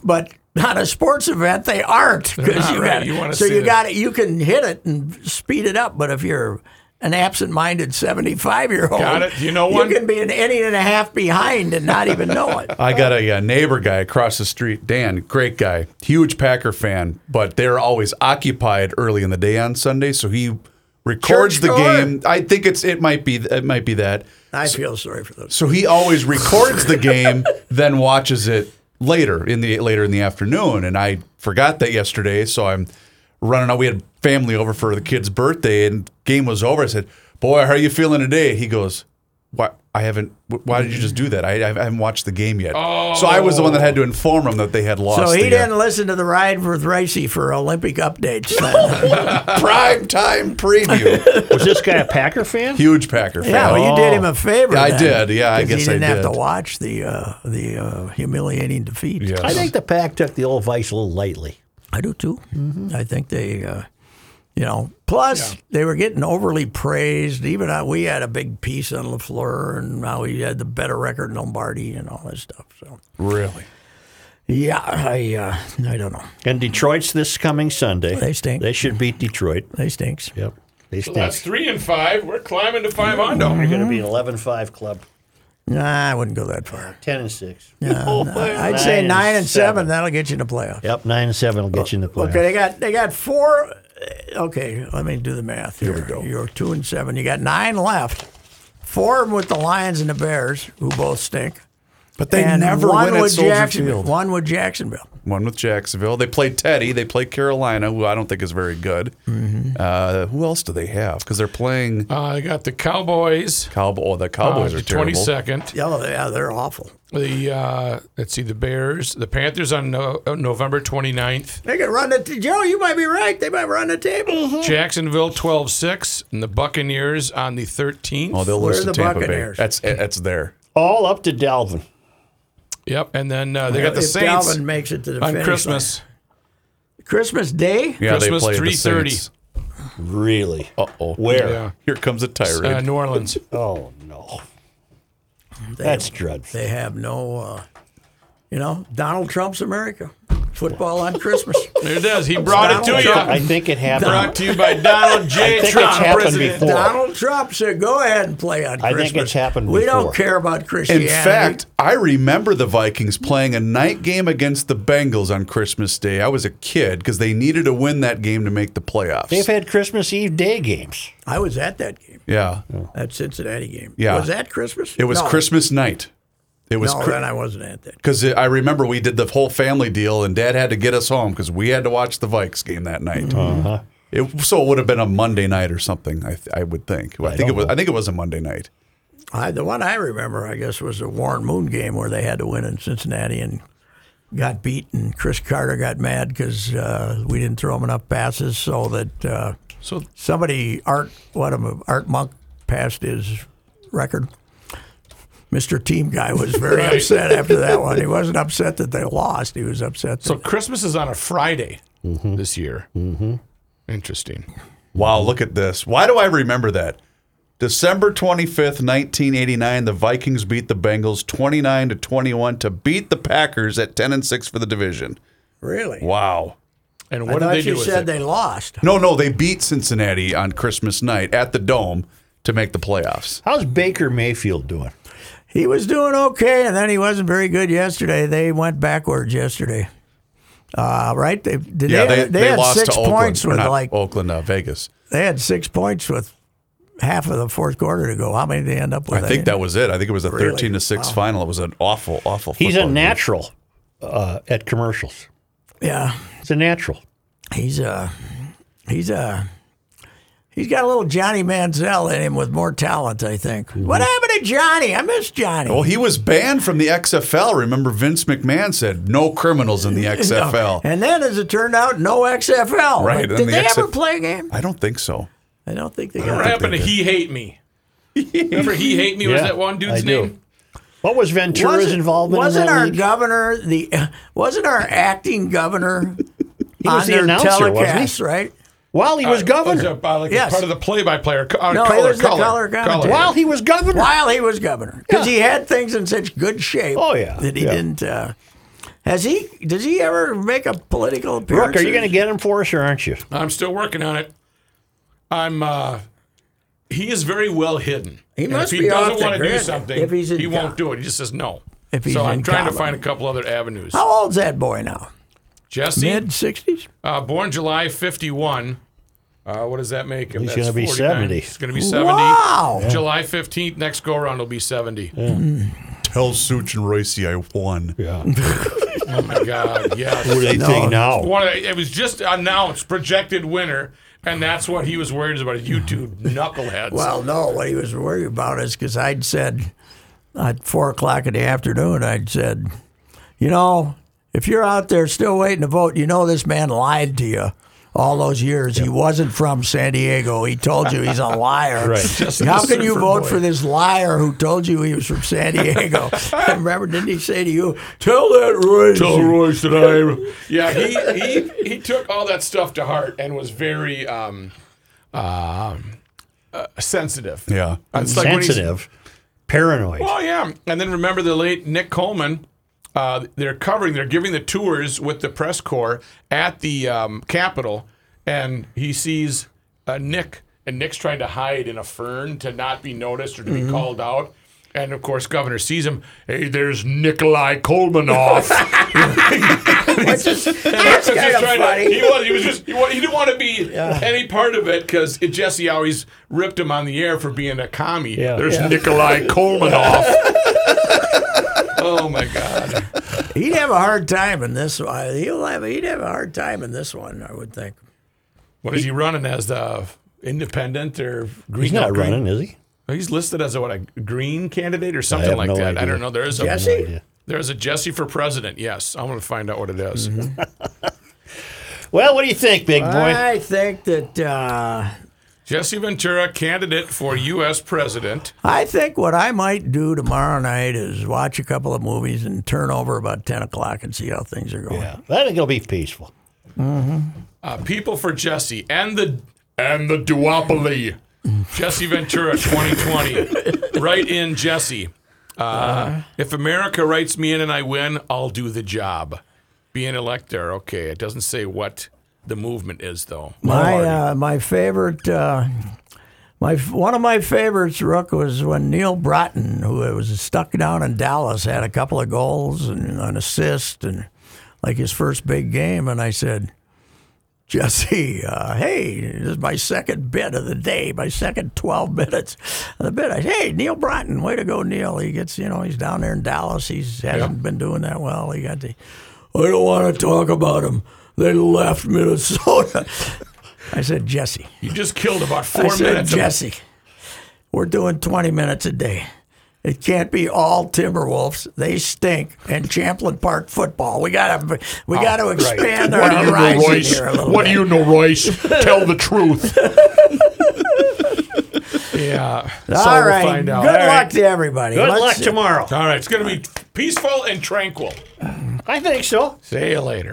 but not a sports event. They aren't because not, you right. got You wanna so see you the- got it. You can hit it and speed it up, but if you're an absent-minded 75-year-old. Got it. You know one? You can be an inning and a half behind and not even know it. *laughs* I got a, uh neighbor guy across the street, Dan, great guy, huge Packer fan, but they're always occupied early in the day on Sunday, so he records Church the door. game. I think it's it might be it might be that. I feel sorry for those. So he always records the game, *laughs* then watches it later in the later in the afternoon. And I forgot that yesterday, so I'm running out. We had family over for the kid's birthday, and game was over. I said, "Boy, how are you feeling today?" He goes, "Why? I haven't. wh- Why did you just do that? I, I haven't watched the game yet." So I was the one that had to inform him that they had lost. So he the, uh, didn't listen to the ride with Ricey for Olympic updates. Then. uh, prime time *laughs* preview. Was this guy a Packer fan? Huge Packer fan. yeah, well, you did him a favor. Yeah, I then, did. Yeah, I 'cause guess he I didn't have to did. watch the uh, the uh, humiliating defeat. Yeah. I think the Pack took the old vice a little lightly. I do too. I think they, uh, you know, plus they were getting overly praised. Even I, we had a big piece on Lafleur, and how he had the better record in Lombardi and all that stuff. So really. yeah, I uh, I don't know. And Detroit's this coming Sunday. They stink. They should beat Detroit. They stinks. Yep. They stink. That's three and five. We're climbing to five hondo. They're going to be an Mm. 11-5 club, Nah, I wouldn't go that far. 10 and 6. I'd say and nine and 7 seven. That'll get you in the playoffs. Yep, 9 and 7 will get you in the playoffs. Okay, they got they got four. uh, Okay, let me do the math. Here, we go. You're two and seven. You got nine left. Four of 'em with the Lions and the Bears, who both stink. But they and never one win at with Soldier Jacksonville. Field. One with Jacksonville. One with Jacksonville. They play Teddy. They play Carolina, who I don't think is very good. Uh, who else do they have? Because they're playing Uh, I got the Cowboys. Cowboy. Oh, the Cowboys are Uh, Twenty terrible. second. Yeah, well, yeah, they're awful. The uh, let's see, the Bears, the Panthers on no, uh, November 29th, They could run the t- Joe. You might be right. They might run the table. Jacksonville 12-6, and the Buccaneers on the 13th. Oh, they'll Where lose are the to Tampa Buccaneers? Bay. That's that's there. All up to Dalvin. yep, and then uh, they got the if Saints Dalvin makes it to the on finish Christmas. uh, line. Christmas Day. Yeah, Christmas, they play 3:30. Really? Uh oh. Where? Yeah, Here comes a tirade. uh, New Orleans. Oh, no. They That's have, dreadful. They have no. Uh, you know, Donald Trump's America. Football on *laughs* Christmas. There it is. He brought it to Donald you. Trump. I think it Brought happened. to you by Donald J. I think Trump, it's happened President. before. Donald Trump said, "Go ahead and play on I Christmas." think it's happened We before. don't care about In Christianity. fact, I remember the Vikings playing a night game against the Bengals on Christmas Day. I was a kid because they needed to win that game to make the playoffs. They've had Christmas Eve day games. I was at that game, yeah, that Cincinnati game. Yeah. was that Christmas? it was No. Christmas night. It was No, Chri- then I wasn't at that. Because I remember we did the whole family deal, and Dad had to get us home because we had to watch the Vikes game that night. Mm-hmm. It, so it would have been a Monday night or something. I, th- I would think. I, think it was. I think it was a Monday night. I, the one I remember, I guess, was the Warren Moon game where they had to win in Cincinnati and got beat, and Chris Carter got mad because uh, we didn't throw him enough passes, so that uh, So somebody Art what am Art Monk passed his record. Mr. Team guy was very Right. upset after that one. He wasn't upset that they lost. He was upset. So That, Christmas is on a Friday this year. Mm-hmm. Interesting. Wow! Look at this. Why do I remember that? December twenty fifth, nineteen eighty nine. The Vikings beat the Bengals twenty nine to twenty one to beat the Packers at ten and six for the division. really? Wow! And I what thought did they you do with said it? they lost. No, no, they beat Cincinnati on Christmas night at the Dome to make the playoffs. How's Baker Mayfield doing? He was doing okay, and then he wasn't very good yesterday. They went backwards yesterday. Uh, right? They did Yeah, they, they, they they had lost six to points Oakland. or with not like Oakland, uh, Vegas. they had six points with half of the fourth quarter to go. How many did they end up with? I think that was it. I think it was a Really? thirteen to six final. It was an awful, awful. He's a football game. natural uh, at commercials. yeah. It's a natural. He's a he's a he's got a little Johnny Manziel in him with more talent. I think. Mm-hmm. What happened to Johnny? I miss Johnny. *laughs* Well, he was banned from the XFL. Remember, Vince McMahon said no criminals *laughs* in the XFL. And then, as it turned out, no XFL. Right, But Did and the they ever XF play a game? I don't think so. I don't think they what got. happened to He Hate Me? Remember He Hate Me was Yeah, that one dude's I do. name? What was Ventura's Wasn't- involvement Wasn't in that our league? governor the? Wasn't our acting governor *laughs* He was on the their announcer, wasn't he? telecast? Right. While he was governor. Was a- uh, like Yes. Part of the play-by-player. co- Uh, No, he color, was the color, color commentator. While he was governor. While he was governor, because he had things in such good shape. Oh, yeah, That he yeah. didn't. Uh, has he? Does he ever make a political appearance? Brooke, are you going to get him for us or aren't you? I'm still working on it. I'm uh, he is very well hidden. He And must if he be doesn't off the wanna do grid something, if he's he in won't co- do it. He just says no. If he's so I'm in trying to comedy. find a couple other avenues. How old's that boy now? Jesse, Mid sixties. uh, born July 51. Uh, what does that make him? He's That's gonna be 49. 70. He's going to be 70. Wow. July 15th, next go around, will be 70. Tell Such and Royce I won. Oh, my *laughs* God. What do Yes. they think now? One of the, it was just announced, projected winner, and that's what he was worried about. You two knuckleheads. Well, no, what he was worried about is because I'd said at four o'clock in the afternoon, I'd said, you know, if you're out there still waiting to vote, you know this man lied to you all those years. He wasn't from San Diego. He told you *laughs* he's a liar. Right. How can you vote for this liar who told you he was from San *laughs* Diego? I remember, didn't he say to you, tell that Royce. Tell Royce that I. *laughs* Yeah, he, he he took all that stuff to heart and was very um, um, uh, sensitive. Yeah. it's like when he's- Sensitive, paranoid. Oh yeah, and then remember the late Nick Coleman. Uh, they're covering. They're giving the tours with the press corps at the um, Capitol, and he sees uh, Nick, and Nick's trying to hide in a fern to not be noticed or to be called out. And of course, Governor sees him. Hey, there's Nikolai Kolmanoff. Which is- That's that's just kind of trying to- he funny. was. He was just. He, wa- he didn't want to be any part of it because Jesse always ripped him on the air for being a commie. Yeah. There's Nikolai Kolmanoff. oh my God! He'd have a hard time in this one. He'll have, he'd have a hard time in this one, I would think. What is he running as? The independent or green? He's not green- running, is he? He's listed as a, what a green candidate or something have like no that. I idea. don't know. There is a Jesse? idea. There is a Jesse for president. Yes, I'm going to find out what it is. Well, what do you think, big boy? I think that uh, Jesse Ventura, candidate for U.S. president. I think what I might do tomorrow night is watch a couple of movies and turn over about ten o'clock and see how things are going. Yeah, I think it'll be peaceful. Uh, people for Jesse and the and the duopoly. Jesse Ventura *laughs* 2020. Write in Jesse. Uh, Uh-huh. If America writes me in and I win, I'll do the job. Be an elector. Okay. It doesn't say what the movement is though. My uh, my favorite. Uh, my, one of my favorites, Rook, was when Neil Broughton, who was stuck down in Dallas, had a couple of goals and an assist, and like his first big game. And I said, Jesse, uh, hey, this is my second bit of the day, my second 12 minutes of the bit. I said, hey, Neil Broughton, way to go, Neil. He gets, you know, he's down there in Dallas. He's hasn't been doing that well. He got the, I don't want to talk about him. They left Minnesota. I said, Jesse. You just killed about I four said, minutes. of- Jesse, we're doing 20 minutes a day. It can't be all Timberwolves. They stink. And Champlin Park football. We gotta, we gotta expand Oh, our What do you know, horizon Royce? here a little What bit. do you know, Royce? Tell the *laughs* truth. yeah. so All we'll right. find out. Good All luck right. to everybody. Good Let's- luck tomorrow. All right. It's going to be peaceful and tranquil. I think so. See you later.